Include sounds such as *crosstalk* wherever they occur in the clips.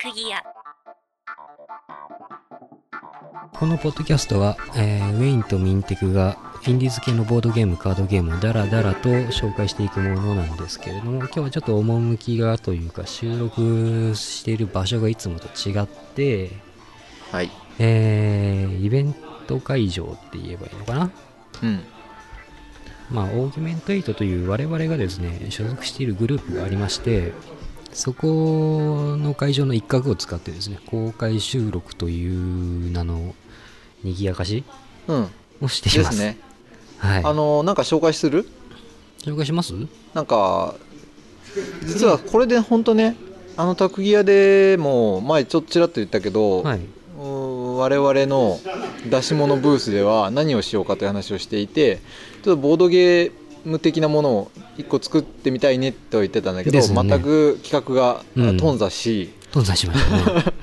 釘屋このポッドキャストは、えーウェインとミンテクがインディーズ系のボードゲームカードゲームをダラダラと紹介していくものなんですけれども今日はちょっと趣がというか収録している場所がいつもと違って、はい。えーイベント会場って言えばいいのかなうん。まあ、オーギュメント8という我々がですね所属しているグループがありましてそこの会場の一角を使ってですね公開収録という名の賑やかしうん。をしていでますすね。はい、あの、なんか紹介する紹介しますなんか、実はこれで本当ね、あの卓木屋でも、前ちょっとちらっと言ったけど、はいうーん我々の出し物ブースでは何をしようかという話をしていて、ちょっとボードゲーム的なものを一個作ってみたいねとは言ってたんだけど、ですね全く企画がうん頓挫し、頓挫しました *laughs* ね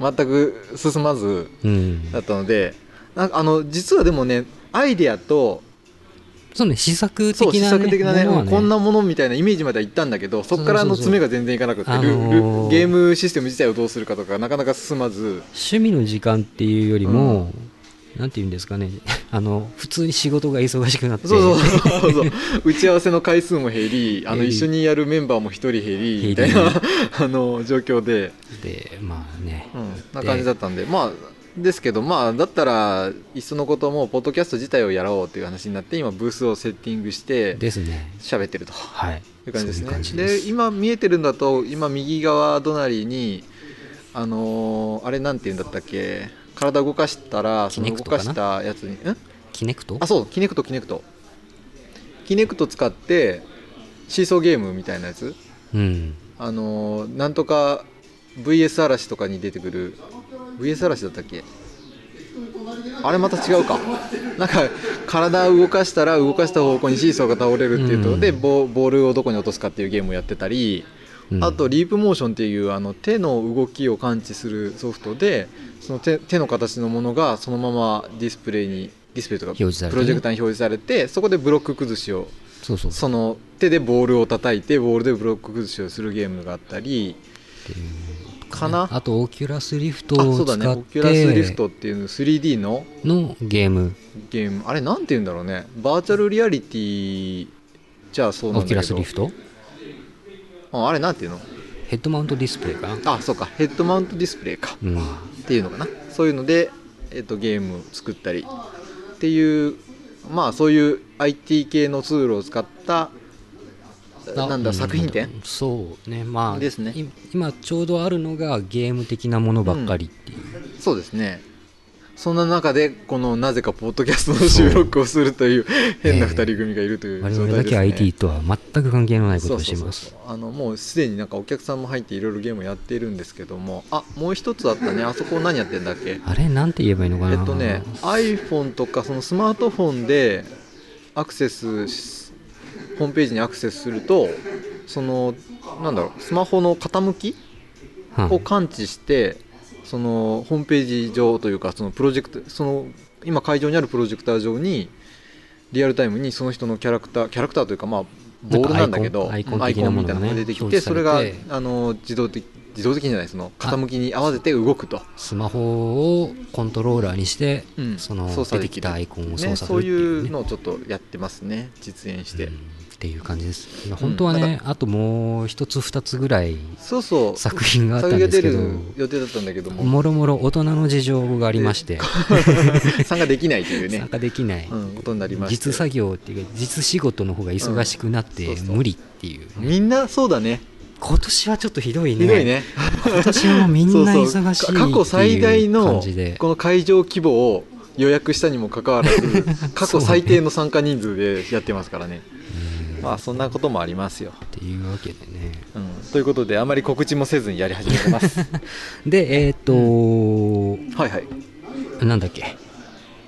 全く進まず、うんだったのでなんかあの実はでもねアイデアとそうね試作そう的試な、ね、作的なねものはこんなものみたいなイメージまでは行ったんだけどそこからそうのそうそう詰めが全然いかなくてルあのールゲームシステム自体をどうするかとかなかなか進まず趣味の時間っていうよりも、なんて言うんですかね *laughs* あの普通に仕事が忙しくなってそうそうそ *laughs* うそう打ち合わせの回数も減りあの減り一緒にやるメンバーも一人減りみたい減な *laughs* りあの状況で、でまあね、うん、な感じだったんでまあですけどまあだったらいっそのこともうポッドキャスト自体をやろうという話になって今ブースをセッティングしてですね喋ってると。はいいう感じですそねういう感じでです今見えてるんだと今右側隣にあのーあれなんて言うんだったっけ体動かしたらそのキネ動クトかかなしたやつにんキネクトあそうキネクトキネクトキネクト使ってシーソーゲームみたいなやつうんあのーなんとか VS 嵐とかに出てくる VS 嵐だったっけあれまた違うかなんか体を動かしたら動かした方向にシーソーが倒れるっていうと、うんでボボールをどこに落とすかっていうゲームをやってたり、うんあとリープモーションっていうあの手の動きを感知するソフトでその手手の形のものがそのままディスプレイにディスプレイとか表示されてねプロジェクターに表示されてそこでブロック崩しをそうそうその手でボールを叩いてボールでブロック崩しをするゲームがあったりかなああとオキュラスリフトそをうだ使ねオっキュラスリフてトっていう 3D ののゲームゲームあれなんて言うんだろうねバーチャルリアリティじゃあそうなんオだキけュどラスリフトうんあれなんて言うヘッドマウントディスプレイかなのあそうかヘッドマウントディスプレイかうんっていうのかなそういうので、えっとゲームを作ったりっていうまあそういう IT 系のツールを使ったあなんだう作品展そうねまあですねい今ちょうどあるのがゲーム的なものばっかりっていう、そうですねそんな中でこのなぜかポッドキャストの収録をするという変な2人組がいるという我状々態だでけすね IT とは全く関係のないことそうをそしうそまうすあのもうすでになんかお客さんも入っていろいろゲームやっているんですけどもあもう一つあったねあそこ何やってんだっけあれなんて言えばいいのかなえっとね iPhone とかそのスマートフォンでアクセスしホームページにアクセスするとそのなんだろうスマホの傾きはをん感知してそのホームページ上というかそのプロジェクトその今会場にあるプロジェクター上にリアルタイムにその人のキャラクターキャラクターというかまあボールなんだけどなんかアアイイココンンみみたたいなものがいなのがね出てきてそれが表示されてあの自動的自動的じゃないですその傾きに合わせて動くと。スマホをコントローラーにして、うんその操出作てでききるたアイコンを操ね、作するそっうていいう、ね、うのをちょっとやってますね実演して、うんっていう感じです、まあ本当はね、あともう一つ二つぐらいそうそう作品があった作ん品がです出けどる予定だったんだけどももろもろ大人の事情がありまして、 *laughs* 参加できないという *laughs* ね参、加できない、うん、ことになりまして実作業っていうか実仕事の方が忙しくなってうんそうそう無理っていう,、みんなそうだね今年はちょっとひどいねひどいね今年はもうみんな忙しいっていうそうそうか過去最大感のじでこの会場規模を予約したにもかかわらず *laughs* 過去最低の参加人数でやってますからねうんまあそんなこともありますよ、っていうわけでねうん、ということであまり告知もせずにやり始めてます *laughs* でえっ、とはいはいなんだっけ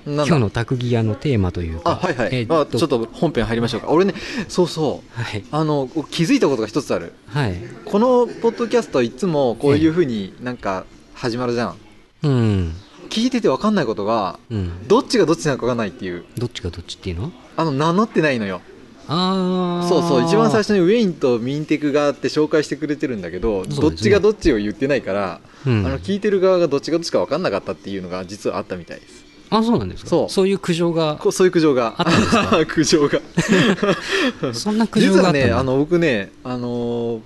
な今んだ日の卓木屋のテーマというかあはいはい、えーまあ、ちょっと本編入りましょうか俺ねそうそうはいあの気づいたことが一つあるはいこのポッドキャストいつもこういうふうになんか始まるじゃんうん聞いてて分かんないことがうんどっちがどっちなのか分かんないっていうどっちがどっちっていうのあの名乗ってないのよああそうそう一番最初にウェインとミンテクがあって紹介してくれてるんだけど、すねどっちがどっちを言ってないから、うんあの聞いてる側がどっちがどっちか分かんなかったっていうのが実はあったみたいですあそうなんですかそういう苦情がこうそういう苦情があったんですか *laughs* 苦情 *laughs* がそんな苦情実があはったんねだあの僕ねあのー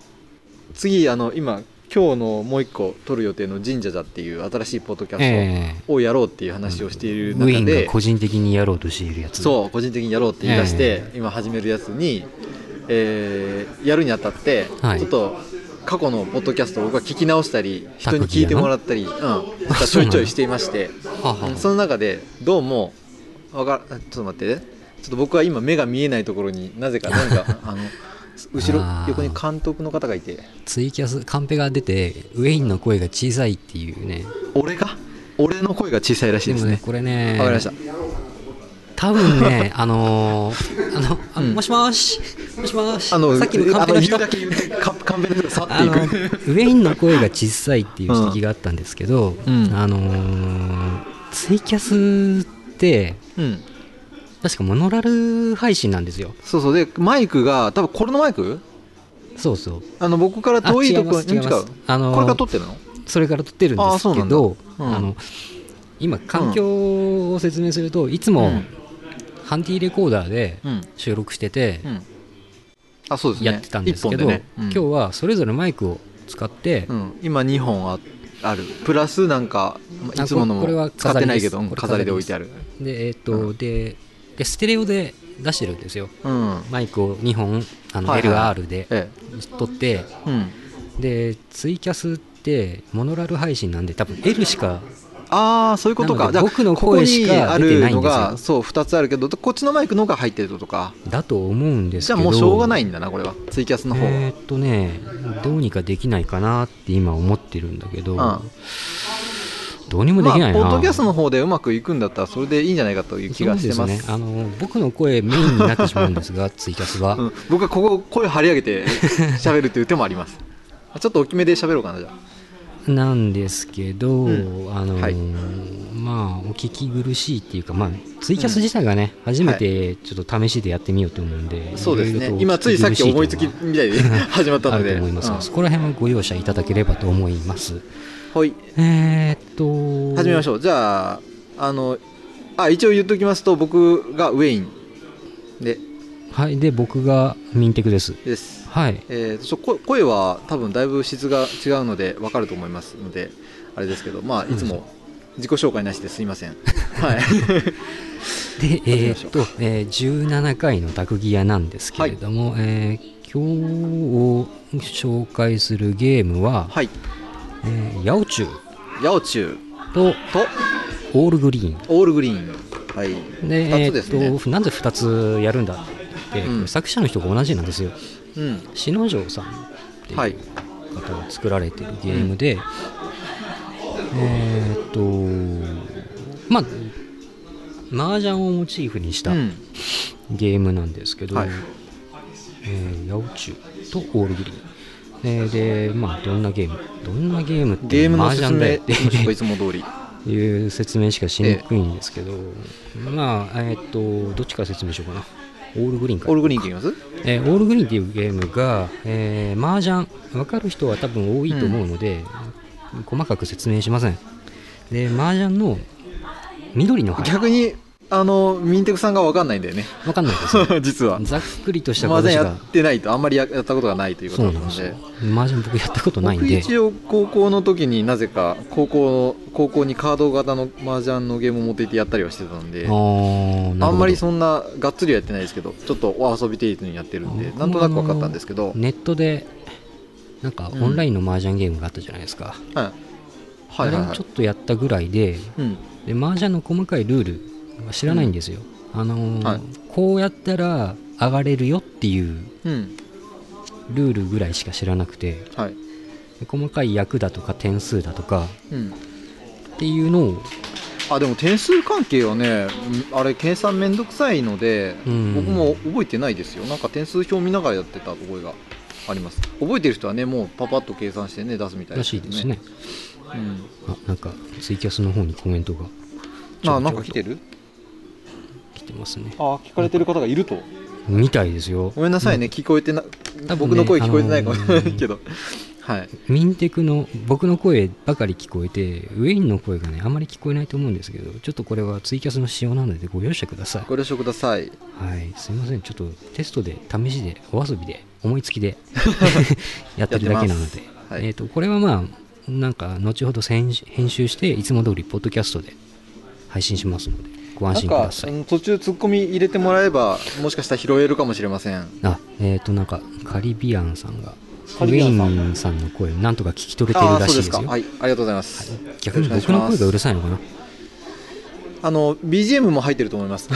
次あの今今日のもう一個撮る予定の神社だっていう新しいポッドキャスえトをやろうっていう話をしていえるウェイ中ンで、が個人的にやろうとしているやつそう個人的にやろうって言い出して、え今始めるやつに、えーやるにあたって、はいちょっと過去のポッドキャストを僕は聞き直したり人に卓球聞やないてもらったり、うん、ちょいちょいしていましてはあはあうんその中でどうもわかちょっと待ってねちょっと僕は今目が見えないところになぜかな *laughs* んかあの後ろあー横に監督の方がいてツイキャスカンペが出てウェインの声が小さいっていうね俺が俺の声が小さいらしいでもですねねこれねわかりました多分 *laughs* ねあのーあのあうんもしもーしもしもーしあのさっきのカンペの人あの言うだけ言ってカンカンペの人が去あのウっていくェインの声が小さいっていう指摘があったんですけど、んうんあのーツイキャスってうん確かモノラル配信なんですよそうそうでマイクが多分これのマイクそうそうあの僕から遠いとこあに違います違いますあのーこれから撮ってるのそれから撮ってるんであすそうけなんだどあ、うんの今環境を説明するといつも、うんハンディレコーダーでうん収録しててうんあそうですねやってたんですけど、一本でねうん今日はそれぞれマイクを使って、うん今2本ああるプラスなんかあいつものここれはも使っ飾りですてないけどうんこれ飾りで置いてあるでえーっと、うででステレオで出してるんですようんマイクを2本あのはいはいはい LR でえ撮ってえうんでツイキャスってモノラル配信なんで多分 L しかああそういうことなのかでじゃあ僕のここ声しにかあ出てるないんのですよがそう2つあるけどこっちのマイクの方が入ってるってことかだと思うんですけじゃあどもうしょうがないいんだなこれはツイキャスの方は、えーっとねどうにかできないかなって今思ってるんだけど、うんどうにもできないな、まあ、ポッドキャストの方でうまくいくんだったらそれでいいんじゃないかという気がしてそうまですねあの僕の声メインになってしまうんです *laughs* がツイキャスは、うん、僕はここ声張り上げて *laughs* 喋るという手もありますちょっと大きめで喋ろうかなじゃなんですけど、うあのーはいまあお聞き苦しいっていうか、まあ、ツイキャス自体がね、初めてちょっと試しでやってみようと思うんで、あそうですろねろと今ついさっき思いつきお聞き苦しみたいに *laughs* 始まっいとたいうのがあるのでと思いますが、うんそこら辺はご容赦いただければと思いますはいえー、っと始めましょうょうじゃああのあ一応言っときますと僕がウェインではいで僕がミンテクですです、はいえー、そこ声は多分だいぶ質が違うので分かると思いますのであれですけどまあいつも自己紹介なしですいません *laughs* はいでえー、始っめと、えー17回のタクギアなんですけれども、えー今日紹介するゲームは、はいえー、ヤオチュウ八百中ととオールグリーンオールグリーンはいで2つですね、えーっとなんで2つやるんだって、うんこれ作者の人が同じなんですようん篠城さんってはいいう方が作られてるゲームで、えーっとまあ麻雀をモチーフにしたうんゲームなんですけど、はいえー八百中とオールグリーンえーでまあどんなゲームどんなゲームってゲームの麻説雀だよ明っしてましょうかいつも通り *laughs* いう説明しかしにくいんですけど、まあえーっとどっちから説明しようかなオールグリーンからオールグリーンって言いますえーオールグリーンっていうゲームが、えー、麻雀分かる人は多分多いと思うので、細かく説明しませんで麻雀の緑の牌逆にあのミンテクさんが分かんないんだよね *laughs* 分かんないですよ実はざっくりとした麻形雀やがってないとあんまりややったことがないというこそとうななんですよので麻雀僕やったことないん僕で一応高校の時になぜか高校の高校にカード型の麻雀のゲームを持っていってやったりはしてたんであーなるあほどんまりそんながっつりはやってないですけどちょっとお遊び程度にやってるんであーなんとなく分かったんですけど、ネットでなんかうんオンラインの麻雀ゲームがあったじゃないですか、はいはいはいあれをはいちょっとやったぐらいでうんで麻雀の細かいルールは知らないんですよ、あのーはいこうやったら上がれるよっていううんルールぐらいしか知らなくてはい細かい役だとか点数だとかうんっていうのをあでも点数関係はねうんあれ計算めんどくさいので、うん僕も覚えてないですよなんか点数表見ながらやってた覚えがあります覚えてる人はねもうパパッと計算してね出すみたいらでしすいけでどすねうん、あなんかツイキャスの方にコメントがまあなんか来てる来てますねあ聞かれてる方がいるとみたいですよごめんなさいね、聞こえてな多分ね僕の声聞こえてないかもしれない *laughs* けど、はいミンテクの僕の声ばかり聞こえてウェインの声がねあんまり聞こえないと思うんですけどちょっとこれはツイキャスの仕様なのでご容赦くださいご了承くださいはいすいませんちょっとテストで試しでお遊び *laughs* で思いつきでやってるだけなのでやってますはいえー、とこれはまあなんか後ほど編集編集していつも通りポッドキャストで配信しますのでご安なん心くかださいうん途中ツッコミ入れてもらえばもしかしたら拾えるかもしれませんあえっ、となんかカリビアンさんがウカェリビアンさんインさんの声をなんとか聞き取れてあるあーらそうしいですすでかよはいありがとうございます逆に僕の声がうるさいのかなあの BGM も入ってると思 *laughs* います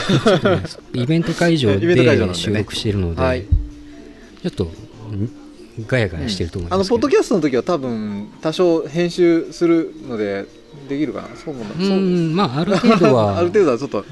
イベント会場イベント会場でなんでね収録しているので、はいちょっとんガヤガヤしてると思いあまのすけど、ポッドキャストの時は多分多少編集するのでできるかなそうもなうそうんまあある程度は *laughs* ある程度はちょっと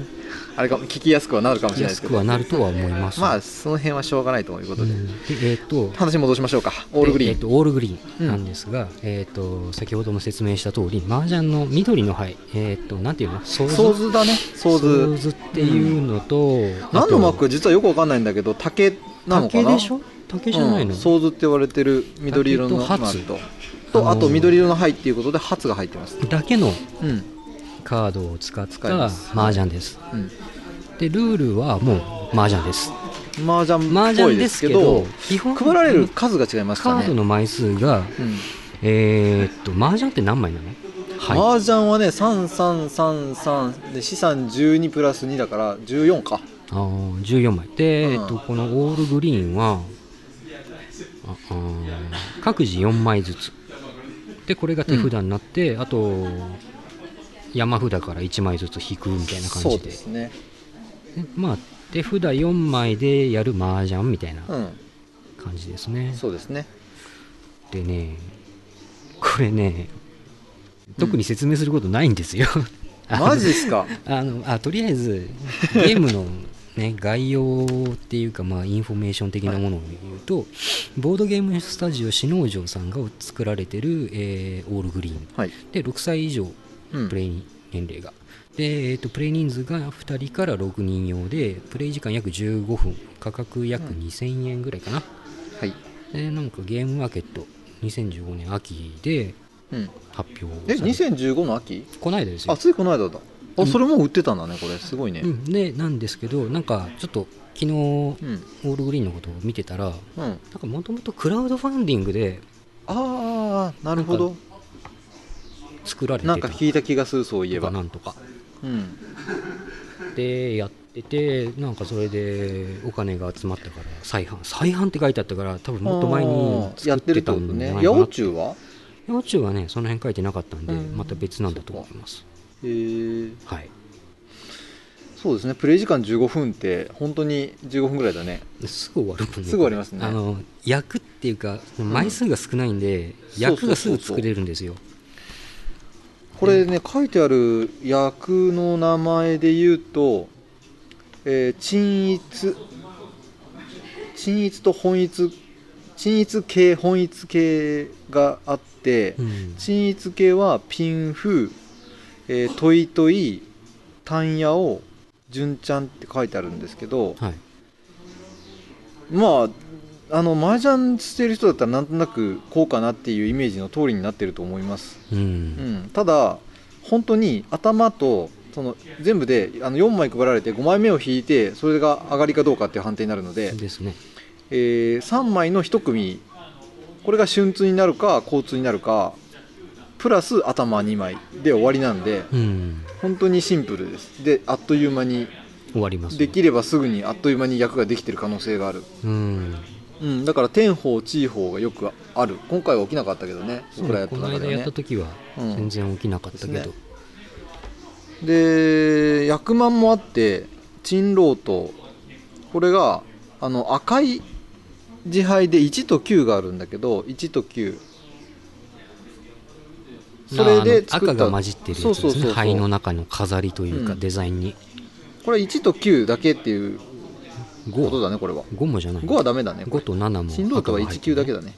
あれかも聞きやすくはなるかもしれないです安けくどはなるとは思いますまあその辺はしょうがないということうで、んでえっ、と話戻しましょうかオールグリえっーンとオールグリーンなんですが、えっ、と先ほども説明した通り麻雀の緑の牌えっ、となんていうのソソーズだねソソーーズズっていうのと、何のマークあか実はよくわかんないんだけど竹となのかな竹でしょ竹じゃないの、うん、ソーズって言われてる緑色のマ竹とークとと、あのーあと緑色の灰っていうことでハツが入ってますだけのうんカードを使った使います麻雀ですうでルールはもう麻雀ですん麻雀麻っぽい雀でですすけけどど基本配られる数が違いましたカねードの枚数がうんえー、っと麻雀って何枚なのは麻雀はね3333で資産12プラス2だから14かいあー14枚で、うんえーっとこのオールグリーンはああー各自4枚ずつでこれが手札になって、あと山札から1枚ずつ引くみたいな感そうじでですねでまあ手札4枚でやる麻雀みたいなうん感じですね、そうですねでねこれね特に説明することないんですよ、あのマジです *laughs* かあのあとりあえずゲームの、 *laughs* ね、概要っていうか、まあ、インフォメーション的なものを言うと、ボードゲームスタジオ篠ノ城さんが作られてる、えーオールグリーンはい、で6歳以上うんプレイ年齢が、で、えー、とプレイ人数が2人から6人用でプレイ時間約15分価格約うん2000円ぐらいかな、はいでなんかゲームマーケット2015年秋でうん、発表えされて2015の秋こないだですよあついこの間だうあんそれもう売ってたんだねこれすごいねうん、でなんですけどなんかちょっと昨日オうんールグリーンのことを見てたらなんうんかもともとクラウドファンディングでああなるほど作られてたなんか聞いた気がするそういえとかばなんとかうんでやっててなんかそれでお金が集まったから再販再販って書いてあったから多分もっと前にあー作やっっててるってたことんじねゃないか八な百中は幼虫はねその辺書いてなかったんでうんまた別なんだと思いますえー、はいそうですねプレイ時間15分って本当に15分ぐらいだねすぐ終わるもんねすぐ終わりますねあの役っていうか枚数が少ないんで、うん役がすぐそうそうそうそう作れるんですよこれね書いてある役の名前で言うとえー鎮逸鎮逸と本逸鎮逸系本逸系があって、うん鎮逸系はピンフ、えートイトイタンヤオ純ちゃんって書いてあるんですけどはいまああの麻雀してる人だったらなんとなくこうかなっていうイメージの通りになってると思います、うんうん、ただ本当に頭とその全部であの4枚配られて5枚目を引いてそれが上がりかどうかっていう判定になるので、ですねえ3枚の1組これが瞬通になるか交通になるかプラス頭2枚で終わりなんでうん本当にシンプルですであっという間に終わりますできればすぐにあっという間に役ができてる可能性がある、うんうん、だから天方地位方がよくある今回は起きなかったけどねそう僕らやねったこの中間でやはっねた時はうん全然起きなかったけですどね、で役満もあって珍老とこれがあの赤い自牌で1と9があるんだけど1と9それでああ作のった赤が混じってるやつですねそうそうそうそう灰の中の飾りというかうんデザインに、これ1と9だけっていうこと5だねこれは五もじゃない5はダメだね五と7も新郎とは1級だけだだね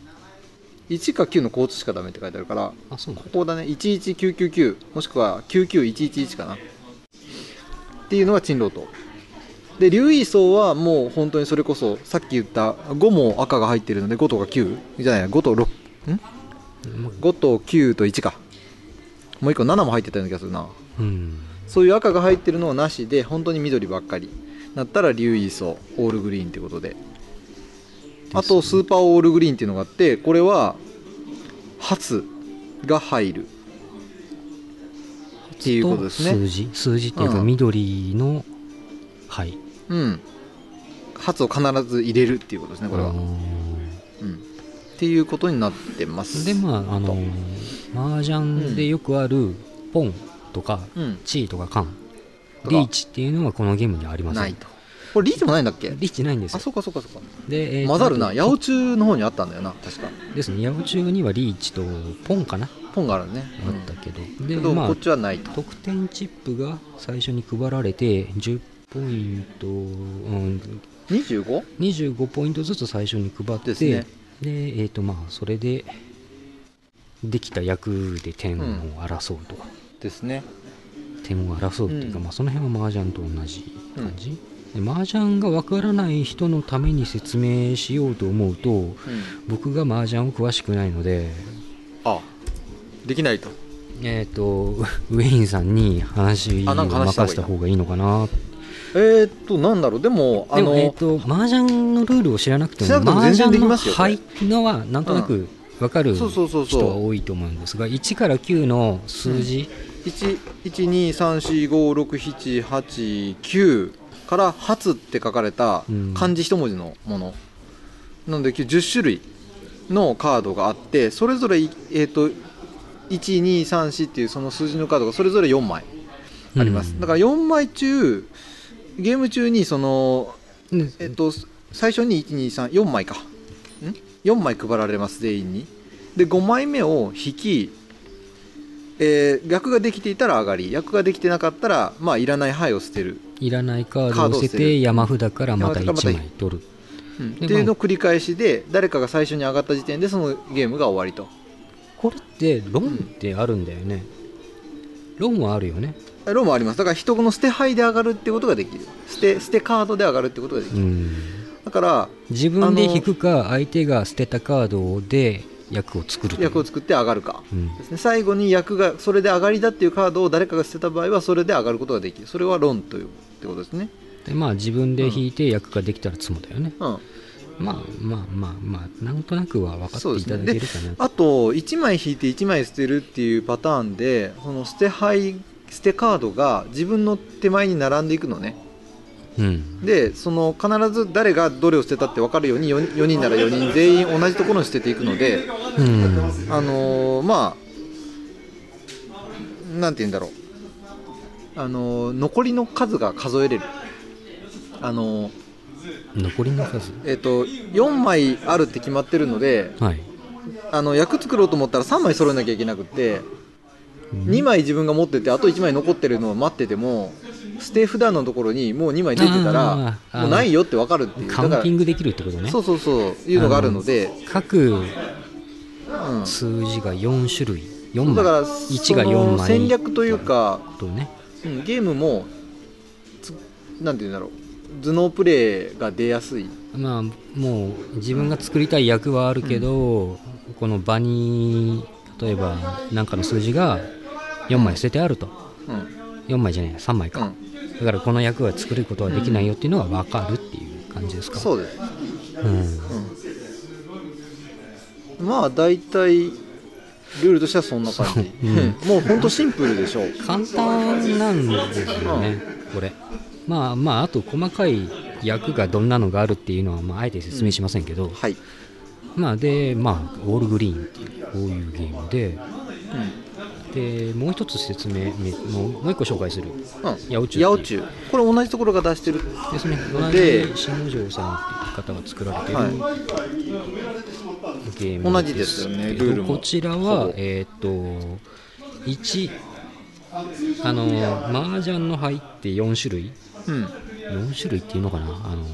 1か9の交通しかダメって書いてあるからあそうなんこだこだね11999もしくは99111かなっていうのが珍老とで竜位層はもう本当にそれこそさっき言った5も赤が入ってるので5とか9じゃない5と6んもう5と9と1かもう1個7も入ってたような気がするなうんそういう赤が入ってるのはなしで本当に緑ばっかりなったら竜イソオールグリーンってことであとスーパーオールグリーンっていうのがあってこれは初が入るっていうことですね数字数字っていうかうん緑の、はいうん初を必ず入れるっていうことですねこれは、あうのん、っていうことになってますーでまああの麻雀でよくあるポンとかうんチーとかカンとかリーチっていうのはこのゲームにはありませんないとこれリーチもないんだっけリーチないんですあよそうかそうかそうかで、えー混ざるなと八百中の方にあったんだよな確かですね八百中にはリーチとポンかなポンがあるね、あったけど、うん、けでど、まこあっちはないと得点チップが最初に配られて10ポイント、うん、 25? 25ポイントずつ最初に配ってですねでえーとまあそれでできた役で点を争うとか、ですね点を争うっていうか、うんまあ、その辺は麻雀と同じ感じ、で麻雀がわからない人のために説明しようと思うとうん僕が麻雀を詳しくないのであできないとえっ、と *laughs* ウェインさんに話をあなんか話した方が任せた方がいいいないのかなってえー、っとなんだろうでもあでもの、えっ、と麻雀のルールを知らなくて知らなくてもも麻全然雀できのますよ配のはなんとなくわかるそうそうそう人はそう多いと思うんですが1から9の数字、 123456789から「初」って書かれたうん漢字一文字のもの、なので10種類のカードがあってそれぞれ、えー、と1234っていうその数字のカードがそれぞれ4枚あります、うんだから4枚中ゲーム中にそのでえっと、最初に1234枚かん4枚配られます全員にで5枚目を引き、えー役ができていたら上がり役ができてなかったらまあいらない牌を捨てる、いらないカードを捨てカードを捨ててる山札からまた山札から1また枚取るうんっでていうのを繰り返しで誰かが最初に上がった時点でそのゲームが終わりとこれって論ってあるんだよね、論はあるよねえローもありますだから人の捨て牌で上がるってことができる捨て捨てカードで上がるってことができうるんだから自分で引くか相手が捨てたカードで役を作るという役を作って上がるかうんですね最後に役がそれで上がりだっていうカードを誰かが捨てた場合はそれで上がることができるそれは論というってことですねでまあ自分で引いて役ができたら詰むだよね、うんまあまあまあまあなんとなくは分かそうってでいすただけねるかな、あと1枚引いて1枚捨てるっていうパターンでその捨て牌捨てカードが自分の手前に並んでいくのねうんでその必ず誰がどれを捨てたって分かるように 4, 4人なら4人全員同じところに捨てていくのでうんあのーまあなんて言うんだろうあのー残りの数が数えれるあのー残りの数えっ、と4枚あるって決まってるのではいあの役作ろうと思ったら3枚揃えなきゃいけなくって2枚自分が持っててあと1枚残ってるのを待ってても捨て札のところにもう2枚ついてたらあーもうないよって分かるっていうカウだかンらティングできるってことねそうそうそういうのがあるので、各うん、数字が4種類4枚だから1が4その枚戦略というかとねうん、ゲームもつなんて言うんだろう頭脳プレイが出やすいまあもう自分が作りたい役はあるけど、この場に例えば何かの数字が4枚捨ててあるとうん4枚じゃない3枚うか、んだからこの役は作ることはできないよっていうのは分かるっていう感じですかそうです、うんうん、まあ大体ルールとしてはそんな感じ、ううんうん *laughs* もうほんとシンプルでしょう簡単なんですよね、これ。まあまあ、あと細かい役がどんなのがあるっていうのは、まあ、あえて説明しませんけど、はい、まあで、まあ、オールグリーンっていう、こういうゲームで、で、もう一つ説明、めもうもう一個紹介する。うん、八百中八百中これ同じところが出してるですね、同でじ新庄さんっていう方が作られてる、はゲーム同じですよねけどルールもこちらほはぼえーっ、と1あの麻雀の牌って4種類い、うん、 4種類っていうのかなあの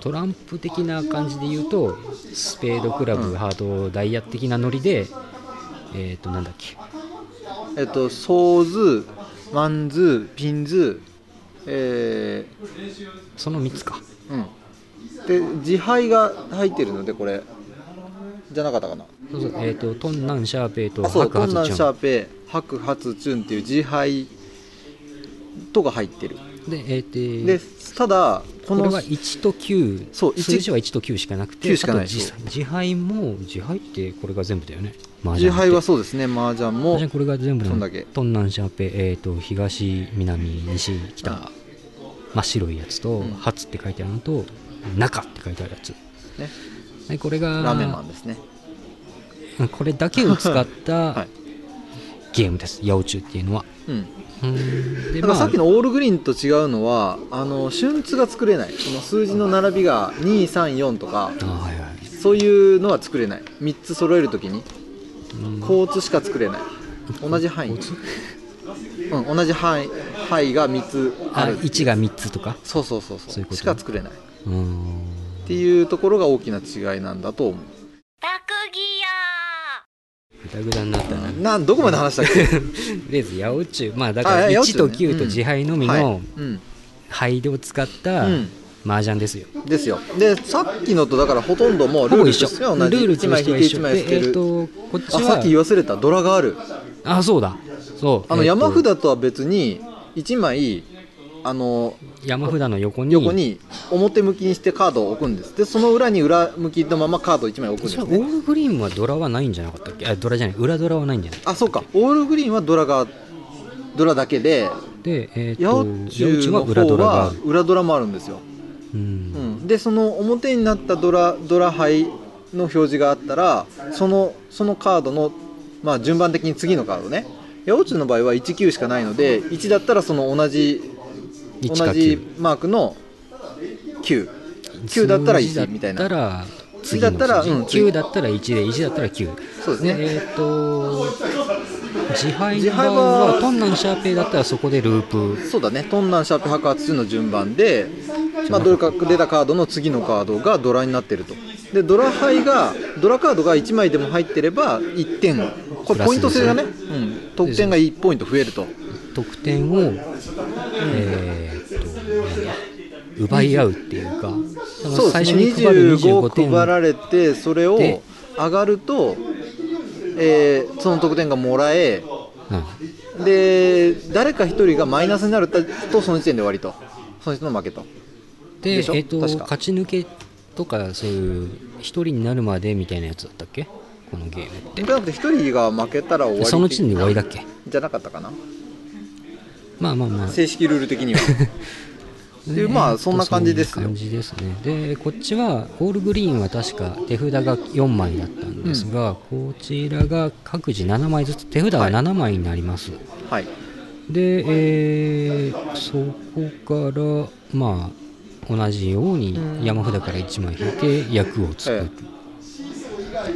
トランプ的な感じで言うとスペードクラブ、ハートダイヤ的なノリでえーっ、となんだっけえっとソーズマンズピンズえその3つかーうんで自敗が入ってるのでこれじゃなかったかなそうそうえっ、とトンナンシャーペイとあそハうクトハンツナンチシュャーンペイハクハツチュンっていう自敗とが入ってるでえっ、とでただここれのは1と9そう一数字は1と9しかなくて9しかないあと自自敗も自敗ってこれが全部だよね自敗はそそうですね麻雀もこれが全部なそんのだけトンナンシャーペイ、えー、と東南西北あ真っ白いやつと、うんハツって書いてあるのと中って書いてあるやつねはいこれがラーメンマンですねうんこれだけを使っ *laughs* はたいゲームです、八百中っていうのはうんうんでだからさっきののオールグリーンと違うのはあの瞬通が作れないその数字の並びが234とかあはいはいそういうのは作れない3つ揃えるときにうん交通しか作れない同じ範囲、う交通ん、同じ範囲範囲が3つあある1が3つとかそうそうそうそうそういうことしか作れないっうんていうところが大きな違いなんだと思特技やグダグダになったな *laughs* うなんどこまで話したっけレーズ八百中まあ *laughs* だからあいや八1と百中ね9と自敗のみはいのうん灰でを使ったうん麻雀ですよ、ですよでさっきのとだからほとんどもうほルーぼル一と緒してルは同じール1とし枚て引はいて一1緒枚捨でてえっ、るとこっちあさっき言はわせれたドラがあるあそうだそうあのえっと山札とは別に1枚あの山札の横に横に表向きにしてカードを置くんですでその裏に裏向きのままカード1枚置くんでそれすオねールグリーンはドラはないんじゃなかったっけあドラじゃない裏ドラはないんじゃないあそうかオールグリーンはドラがドラだけででえっ、と八百八百中中はの裏ド方ラがあはる裏ドラもあるんですよ、ううんん、でその表になったドラドラ牌の表示があったらそのそのカードの、まあ、順番的に次のカードね八百中の場合は19しかないので1だったらその同じ1か同じ9マークの99だったら1みたいだっなたら次次だのったら数字うん9だったら1で1だったら9そうですねえっ、と自敗自の場敗は合はトンナンシャーペイだったらそこでループそうだねトンナンシャープ白髪の順番で、まあ、どれか出たカードの次のカードがドラになってるとでドラ牌がドラカードが1枚でも入ってれば1点プこれラスポイント制だね、でうん、得点が1ポイント増えると得点を、えーっと何奪い合うっていうかそのそうで最す初ねに配る25 25配点られてそれをで上がると、えーその得点がもらえうんで誰か1人がマイナスになるとその時点で終わりとその人の負けとででしょえーっと確か勝ち抜けとかそういう一人になるまでみたいなやつだったっけこのゲームじゃなくて1人が負けたら終わりその時点で終わりだっけじゃなかったかなまあまあまあ正式ルール的には *laughs* ねっていうまあそんな感じですよそんな感じですねでこっちはオールグリーンは確か手札が4枚だったんですが、こちらが各自7枚ずつ手札が7枚になります、はいで、えーそこからまあ同じように山札から1枚引いて役を作る、え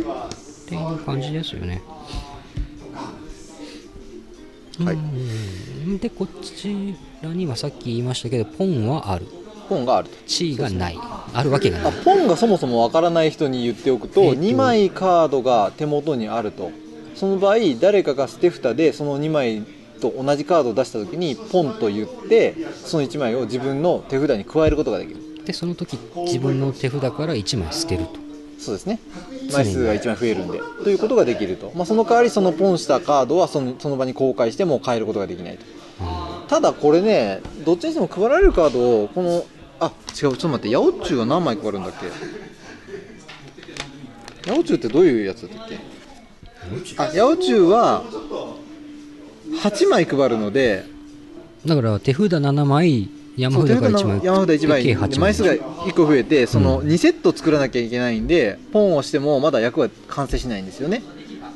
えっていう感じですよね。はいうんでこちらにはさっき言いましたけどポンはあるポンがあると地位がないあるわけがなあいポンがそもそもわからない人に言っておくと、えっと2枚カードが手元にあるとその場合誰かが捨て札でその2枚と同じカードを出した時にポンと言ってその1枚を自分の手札に加えることができるでその時自分の手札から1枚捨てるとそうですね枚数が1枚増えるんでということができると、まあ、その代わりそのポンしたカードはそのその場に公開してもう変えることができないとあただこれねどっちにしても配られるカードをこのあ違うちょっと待って八百中は何枚配るんだっけ八百中ってどういうやつだったっけあ八百中は8枚配るのでーだから手札7枚山そう札手札が1の枚山札1枚計で8枚枚数が1個増えてその2セット作らなきゃいけないんで、ポンをしてもまだ役は完成しないんですよね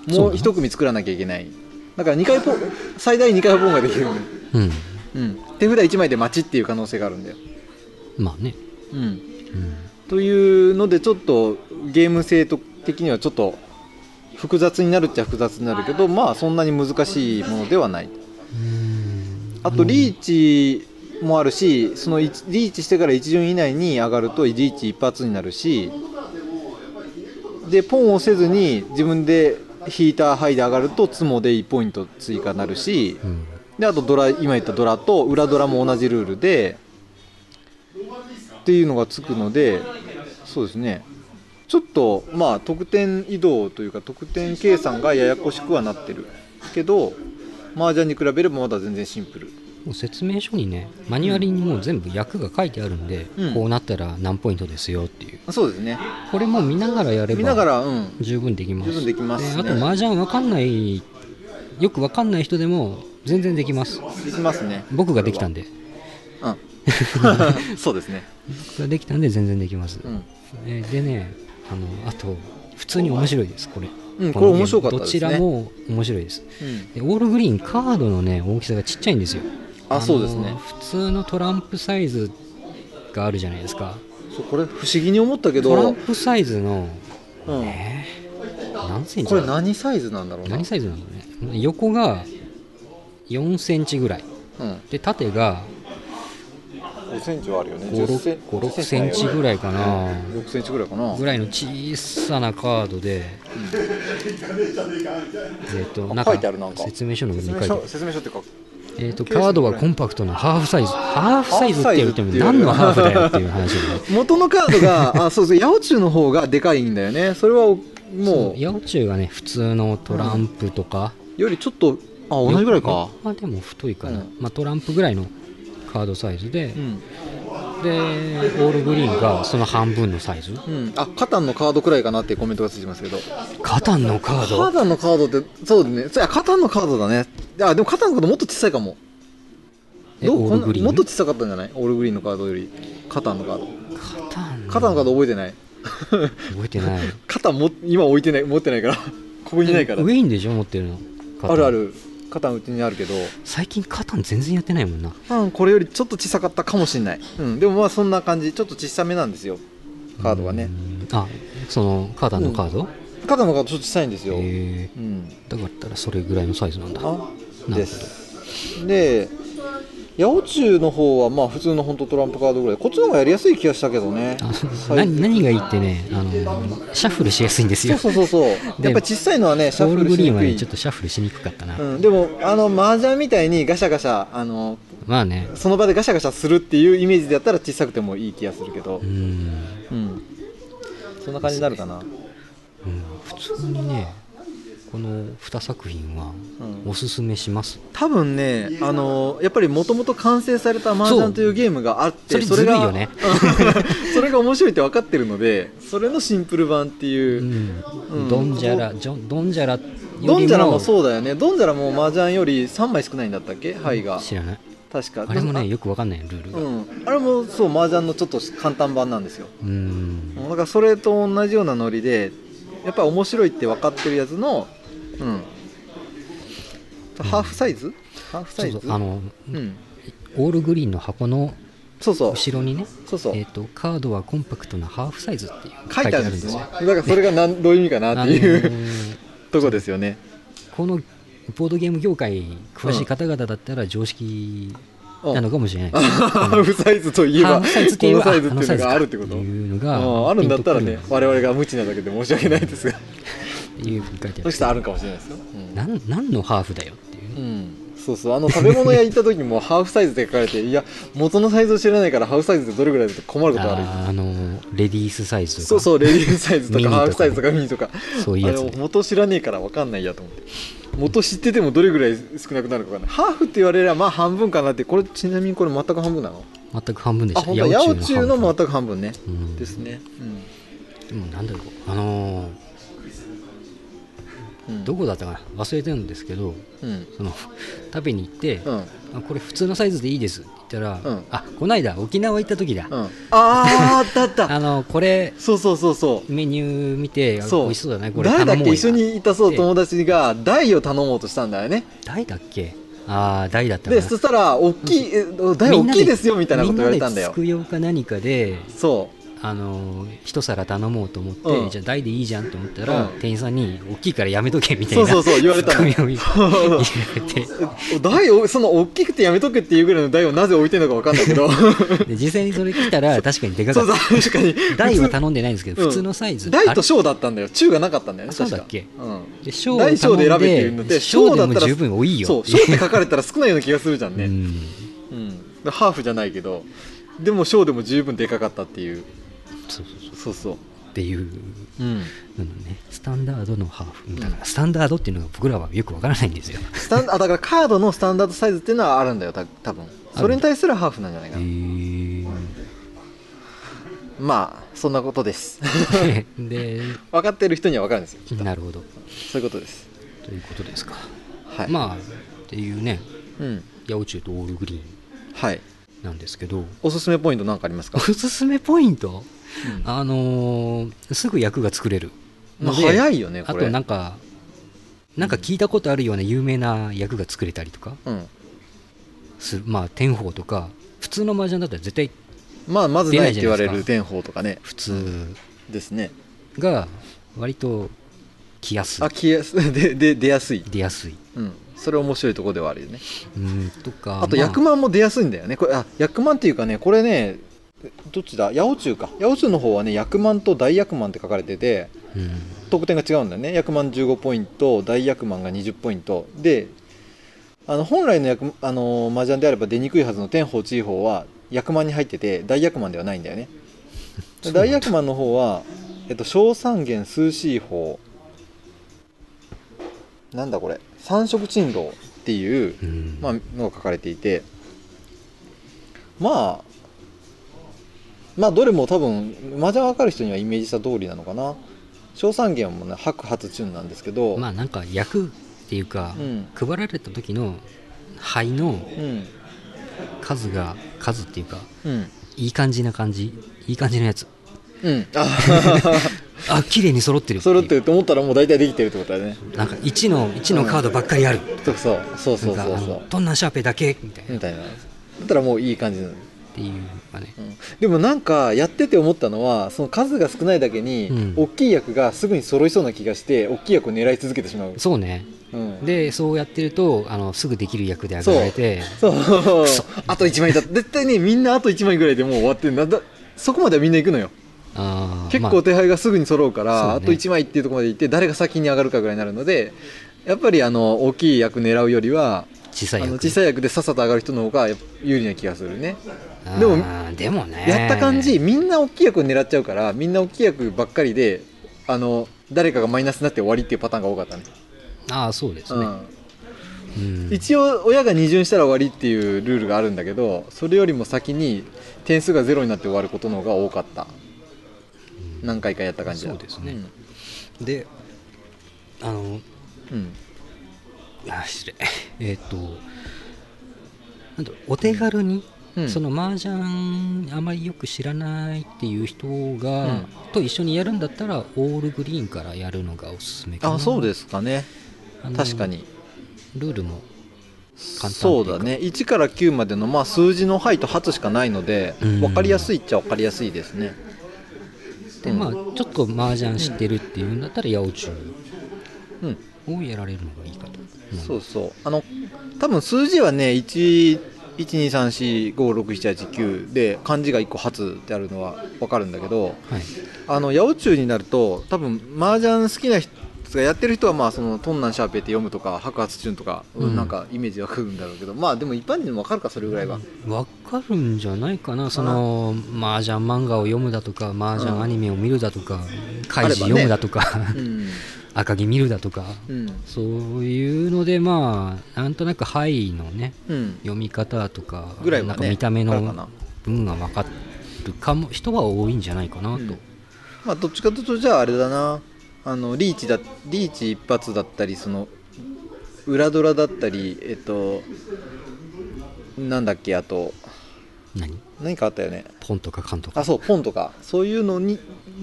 そうもなうの1組作らなきゃいけないだから2回ポン最大2回ポンができる、うんうん、手札1枚で待ちっていう可能性があるんだよまあね、うんうん、というのでちょっとゲーム性と的にはちょっと複雑になるっちゃ複雑になるけどまあそんなに難しいものではないあとリーチもあるしその一リーチしてから1巡以内に上がるとリーチ一発になるしでポンをせずに自分で引いた範囲で上がるとツモで1ポイント追加になるしうんであとドラ今言ったドラと裏ドラも同じルールでっていうのがつくのでそうですねちょっとまあ得点移動というか得点計算がややこしくはなってるけど麻雀に比べればまだ全然シンプルもう説明書にねマニュアルにもう全部役が書いてあるんで、うんこうなったら何ポイントですよっていうそうですねこれも見ながらやれば見ながらうん十分できます十分できますねあと麻雀わかんないよくわかんない人でも全然できますできますね僕ができたんでうん *laughs* そうですね僕ができたんで全然できます、うんえーでねあのあと普通に面白いですこれ、うんのこれ面白かったですねゲームどちらも面白いですうんでオールグリーンカードのね大きさがちっちゃいんですよあのそうですね普通のトランプサイズがあるじゃないですかそうこれ不思議に思ったけトラどン、プサイズのうん、えー何センチこだれ何サイズなんだろうな何サイズなのね横が4センチぐらいうん、で縦が5センチはあるよね56センチぐらいかな6センチぐらいかなぐらいの小さなカードで、えっとあなん書いてあるなんかか説明書の上に書い説明てある書説明書っていうかえっとケースのカードはコンパクトなハーフサイズハーフサイズって言ってもハーフ何のハーサイズっていうフだよっていう話よね元のカードがあそうそう八百中の方がでかいんだよねそれはもそうう八百中がね普通のトランプとか、よりちょっとあ同じぐらいかまあでも太いかな、うんまあ、トランプぐらいのカードサイズで、うん、でオールグリーンがその半分のサイズうん、あカタンのカードくらいかなってコメントがついてますけどカタンのカーカドタンのカードってそうだねそういやカタンのカードだねあでもカタンのカードもっと小さいかもえどうオーこんルグリーンもっと小さかったんじゃないオールグリーンのカードよりカタンのカードカタンカタンのカード覚えてない覚えてないカタンも今置いてない持ってないから *laughs* ここにないからウェインでしょ持ってるのカタンあるあるカタンうちにあるけど最近カタン全然やってないもんなカタンこれよりちょっと小さかったかもしれない、うん、でもまあそんな感じちょっと小さめなんですよカードがねうんあそのカタンのカード、カタンのカードちょっと小さいんですよ、えうんー、だからそれぐらいのサイズなんだあどですで八百中の方はまあ普通の本当トランプカードぐらいこっちの方がやりやすい気がしたけどねあそうそうはい何何がいいってねあのシャッフルしやすいんですそようそうそうそうでやっぱ小さいのはねシャオーッフルルグしリにーンはくねいちょっとシャッフルしにくかったな、うん、でもあの麻雀みたいにガシャガシャあのまあねその場でガシャガシャするっていうイメージだったら小さくてもいい気がするけどう、んうん、そんな感じになるかなうん普通にねこの2作品はうんおすすめします、多分ねあのやっぱりもともと完成された麻雀というゲームがあっそてうそれずるいよがね *laughs* それが面白いって分かってるのでそれのシンプル版っていうう、んうんドンジャラジョンドンジャラよりもドンジャラもそうだよねドンジャラも麻雀より3枚少ないんだったっけ牌が知らない確かあれもねよくわかんないルールあがうん、あれもそう麻雀のちょっと簡単版なんですようんだからそれと同じようなノリでやっぱり面白いって分かってるやつの、うん、ハーフサイズ、ハーフサそイうズそうあのうん、オールグリーンの箱のそうそう後ろにねそうそうえー、とカードはコンパクトなハーフサイズっていう書いてあるんですよ書いだてからそれがなんどういう意味かあなるっんでてすよいう、あのーとこですよねこのボードゲーム業界詳しい方々だったら常識うんなのかもしれない、ハーフサイズといえハーばこフサイズっていうのサイズっていうのがあるってこあとのサイズかっていうのあがあるんだったらねピンとく我々が無知なだけで申し訳ないですがっていうふうに書いてあ *laughs* そるしたらあるかもしれないですよ、なん何のハーフだよっていううねんそうそうあの食べ物屋行った時もハーフサイズって書かれていや元のサイズを知らないからハーフサイズってどれぐらいだと困ることあるあーあのレディースサイズとかそうそうレディースサイズとミニとかかハーフサイズとかミニとかそういうやつねあれ元知らねえから分かんないやと思って元知っててもどれぐらい少なくなるか分かんないハーフって言われればまあ半分かなってこれちなみにこれ全く半分なの全く半分であした本当八百中の半分全く半分ね、うんですね、うんでもなんだろうあのーうんどこだったかな忘れてるんですけどうんその *laughs* 食べに行って、うんあこれ普通のサイズでいいですって言ったら、うんあこないだ沖縄行った時だ、うん、あーあったあったあのこれそうそうそうそメニュー見てあう美そう味しそうだねこれ誰だっ頼もうけや一緒にいたそう友達が台を頼もうとしたんだよね誰だっけああ誰だったかでなそしたら大きいえ台大きいですよみたいなこと言われたんみんだなよでみんなでつくようか何かでそあのー一皿頼もうと思って、うんじゃあ大でいいじゃんと思ったら、うん店員さんに大きいからやめとけみたいそなうそうそう言われたのツッコミを入れ入台をその大きくてやめとけっていうぐらいの台をなぜ置いてるのかわかんないけどれてで実際にそれ来たら確かにでかかそうったそう確かに大は頼んでないんですけど、うん普通のサイズ大あとれ小だったんだよ中がなかったんだよねそう確だかっけうんで小を大小で頼選んべっていうので小でだっもたら十分多いよそう小って書かれたら少ないような気がするじゃんうねんうんハーフじゃないけどでも小でも十分でかかったっていうそうそうそうそうそうっていううんのねスタンダードのハーフだからスタンダードっていうのが僕らはよくわからないんですよ、スタンあだからカード *laughs* のスタンダードサイズっていうのはあるんだよた多分それに対するハーフなんじゃないかへなーまあそんなことです *laughs* で分かってる人には分かるんですよなるほどそういうことですということですか、はいまあっていうねうん八百中とオールグリーンはいなんですけどおすすめポイント何かありますおか、すすめポイントうんあのーすぐ役が作れるまあので早いよねこあれとなんかなんか聞いたことあるような有名な役が作れたりとかうん、するまあ天宝とか普通の麻雀だったら絶対まあまずないって言われる出ないじ電報とかね普通ですねが割と来やすいあ消え *laughs* やすでで出やすい、出やすい、うん、それ面白いとこではあるよねうん、とかあと役ま満も出やすいんだよねこれあ役満っていうかねこれねどっちだ八百中か八百中の方はね役満と大役満って書かれててあうん得点が違うんだよね役満15ポイント大役満が20ポイントであの本来の役あの麻雀であれば出にくいはずの天宝地方は役満に入ってて大役満ではないんだよね *laughs* そうなんだ大役満の方は、えっと、小三元数四法なんだこれ三色珍道っていううんまあ、のが書かれていてまあまあどれも多分麻雀わかる人にはイメージした通りなのかな小三元もね白発チュンなんですけど、まあなんか役っていうか、うん配られた時の灰のうん数が数っていうかうんいい感じな感じいい感じのやつうんあ *laughs* あ綺麗に揃ってる揃ってるると思ったらもう大体できてるってことだねなんか1の一のカードばっかりある、そうそうそうなそんかうあそのうどんなシャーペだけみたいな、みったいなだったらもういい感じなの、ていうかねうんでもなんかやってて思ったのはその数が少ないだけに、うん大きい役がすぐに揃いそうな気がして大きい役を狙い続けてしまう、そうねうん、でそうやってるとあのすぐできる役で挙げられてそうそあと1枚だ絶対ねみんなあと1枚ぐらいでもう終わってるなんだそこまではみんな行くのよあー結ま構手配がすぐに揃うから、そうねあと1枚っていうところまで行って誰が先に上がるかぐらいになるのでやっぱりあの大きい役狙うよりはあ小あさい役の小さい役でさっさと上がる人の方が有利な気がするね、あーででももねやった感じみんな大きい役を狙っちゃうからみんな大きい役ばっかりであの誰かがマイナスになって終わりっていうパターンが多かったね、ああそうですうね、ん、うん一応親が二巡したら終わりっていうルールがあるんだけどそれよりも先に点数がゼロになって終わることの方が多かった何回かやった感じだそうですねであのうんあ失礼えっ、となんだろうお手軽に、うんその麻雀あまりよく知らないっていう人が、うんと一緒にやるんだったらオールグリーンからやるのがおすすめかなあそうですすかね確かにルールも簡単っていそううかだね1から9までの、まあ、数字の範囲と8しかないのでうん分かりやすいっちゃ分かりやすいですねでうんまあちょっと麻雀知ってるっていうんだったら八百中うんをやられるのがいいかとそううそうあの多分数字はね123456789で漢字が1個初ってあるのは分かるんだけどはいあの八百中になると多分麻雀好きな人がやってる人はまあそのトンナンシャーペイって読むとか白髪チュンとか、うんなんかイメージがくるんだろうけどまあでも一般人でも分かるかそれぐらいは、わかるんじゃないかなその麻雀漫画を読むだとか麻雀アニメを見るだとか怪事読むだとか、うん赤木見るだとか、うんそういうのでまあなんとなく範囲のねうん読み方とかぐらいはねなんか見た目わかるのかな文が分かるかも人は多いんじゃないかなと、うんまあどっちかというとじゃああれだなあのリーチだリーチ一発だったりその裏ドラだったりえっとなんだっけあと何何かあったよねポンとかカンとかあそうポンとかそういうのに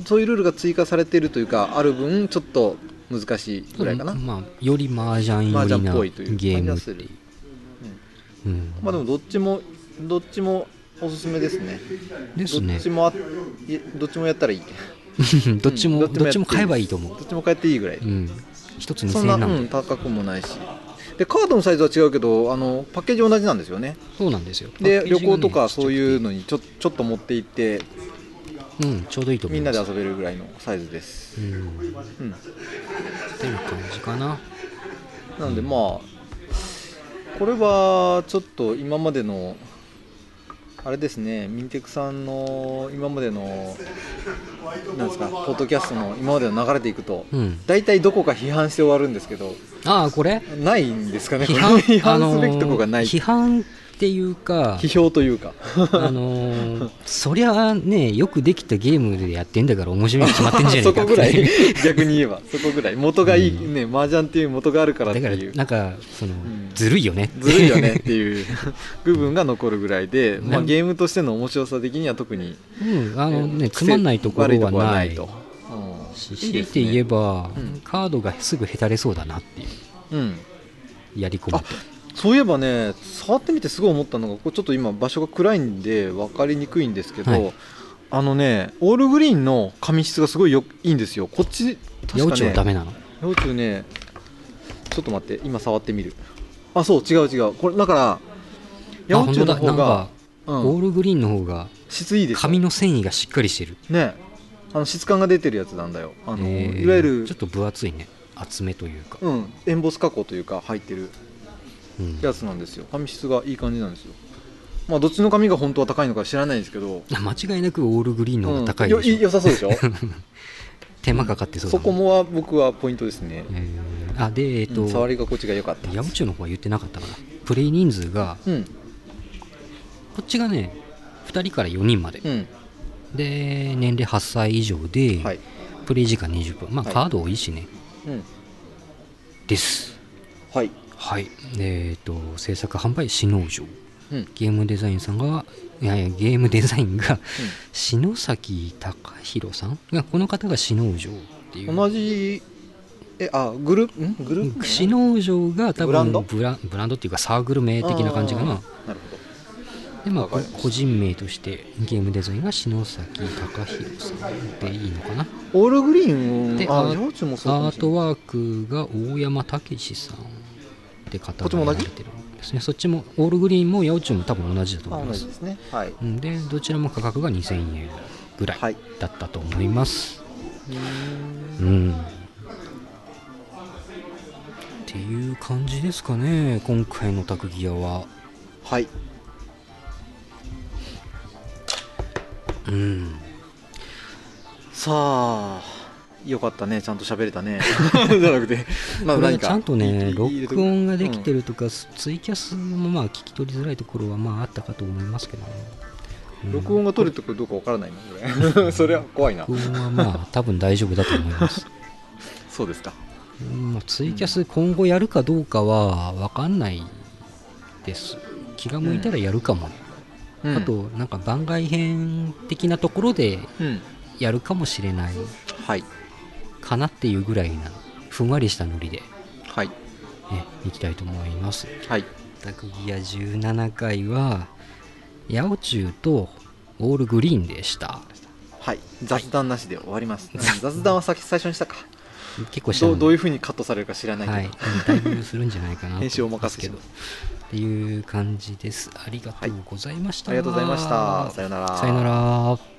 そういうルールが追加されてるというかある分ちょっと難しいぐらいかな、うんまあ、より麻雀寄り麻雀なっぽいというゲーム感っじてがすいうる、うんまあでもどっちもどっちもおすすめですねですどねっちもあいどっちもやったらいいどっちも、う *laughs* んどっちも買えばいいやとって思うどっちも買っていいぐらい、うん一つそ2000ん円な、なんでうん、高くもないしでカードのサイズは違うけどあのパッケージ同じなんですよねそうなんですよでパッケー旅ジが行ねとかそういうちっのにちょちょっと持って行ってちゃくてうんちょうどいいと思みいんなますで遊べるぐらいのサイズでうす、んっうん、ていう感じかななんでまあこれはちょっと今までのあれですねミンテクさんの今までのなんですかポッドキャストの今までの流れでいくと、うん大体どこか批判して終わるんですけどああこれないんですかねこ批れ判 *laughs* 批判すべきとこがない、あのー批判っていうか批評というかあのーそりゃあねよくできたゲームでやってんだから面白いに決まってんじゃねえかそってこぐらい逆に言えばそこぐらい元がいい、うんね麻雀っていう元があるからってだからいうなんかその、んずるいよねずるいよねっていう部分が残るぐらいで、まあ、ねゲームとしての面白さ的には特に *laughs* うんあのねつ癖まんないところはない悪いとこはないと、うんし強いて言えば、うんカードがすぐへたれそうだなっていううんやり込むとそういえばね触ってみてすごい思ったのがここちょっと今場所が暗いんで分かりにくいんですけど、はいあのねオールグリーンの紙質がすごいよいいんですよこっち八百確長かはねダメなの幼虫ねちょっと待って今触ってみるあそう違う違うこれだからあ八本百当長のだな方んがか、うオーん、ルグリーンの方が質いいです紙の繊維がしっかりしてるねあの質感が出てるやつなんだよあの、えーいわゆるちょっと分厚いね厚めというか、うん、エンボス加工というか入ってるうんやつなんですよ紙質がいい感じなんですよまあどっちの紙が本当は高いのか知らないんですけど、間違いなくオールグリーンの方うんが高いよでしょ、い良さそうでし *laughs* ょ手間かかってそうだそもんこもは僕はポイントですね、えーあでえっ、うと、ん触り心地が良かったヤムチュの方は言ってなかったかなプレイ人数がうんこっちがね2人から4人まで、うんで年齢8歳以上で、はいプレイ時間20分まあはいカード多いしね、うんですはいはいでえっ、と制作販売篠城うんゲームデザインさんがいやいやゲームデザインが、篠崎隆弘さんがこの方が篠城っていう同じえあグルんグループシノ城が多分ブランドブラブランドっていうかサークル名的な感じかあなーなるほどでまあわかりました個人名としてゲームデザインが篠崎隆弘さんでいいのかなオールグリーンであアー幼虫もそうかアもーしれトないワークが大山武史さんって方こっちもがや同じられてるんですねそっちもオールグリーンも八百長も多分同じだとあ思い同まじすですねはいうんでどちらも価格が2000円ぐらいはいだったと思います、うーんうんっていう感じですかね今回の卓ギアははいうんさあよかったねちゃんと喋れたねじゃなくてまあこれ何ねかちゃんとねいいいい録音ができてるとか、ツイキャスもまあ聞き取りづらいところはまああったかと思いますけどね、ううんん録音が取れてくるどうかわからないもんこれそれは怖いな録音はまあ多分大丈夫だと思います、そうですかうんまあ、ツイキャス今後やるかどうかは分かんないです気が向いたらやるかも、あとなんか番外編的なところでうんやるかもしれないはいかなっていうぐらいなふんわりしたノリで、はいね、いきたいと思いますはいタクギア17回は八百中とオールグリーンでしたはい雑談なしで終わります、うん雑談は先最初にしたか結構したどうどういううふうにカットされるか知らないけど、はいうんだいぶするんじゃないかなと編集お任せしますっていう感じですありがとうございました、ありがとうございましたさよならさよなら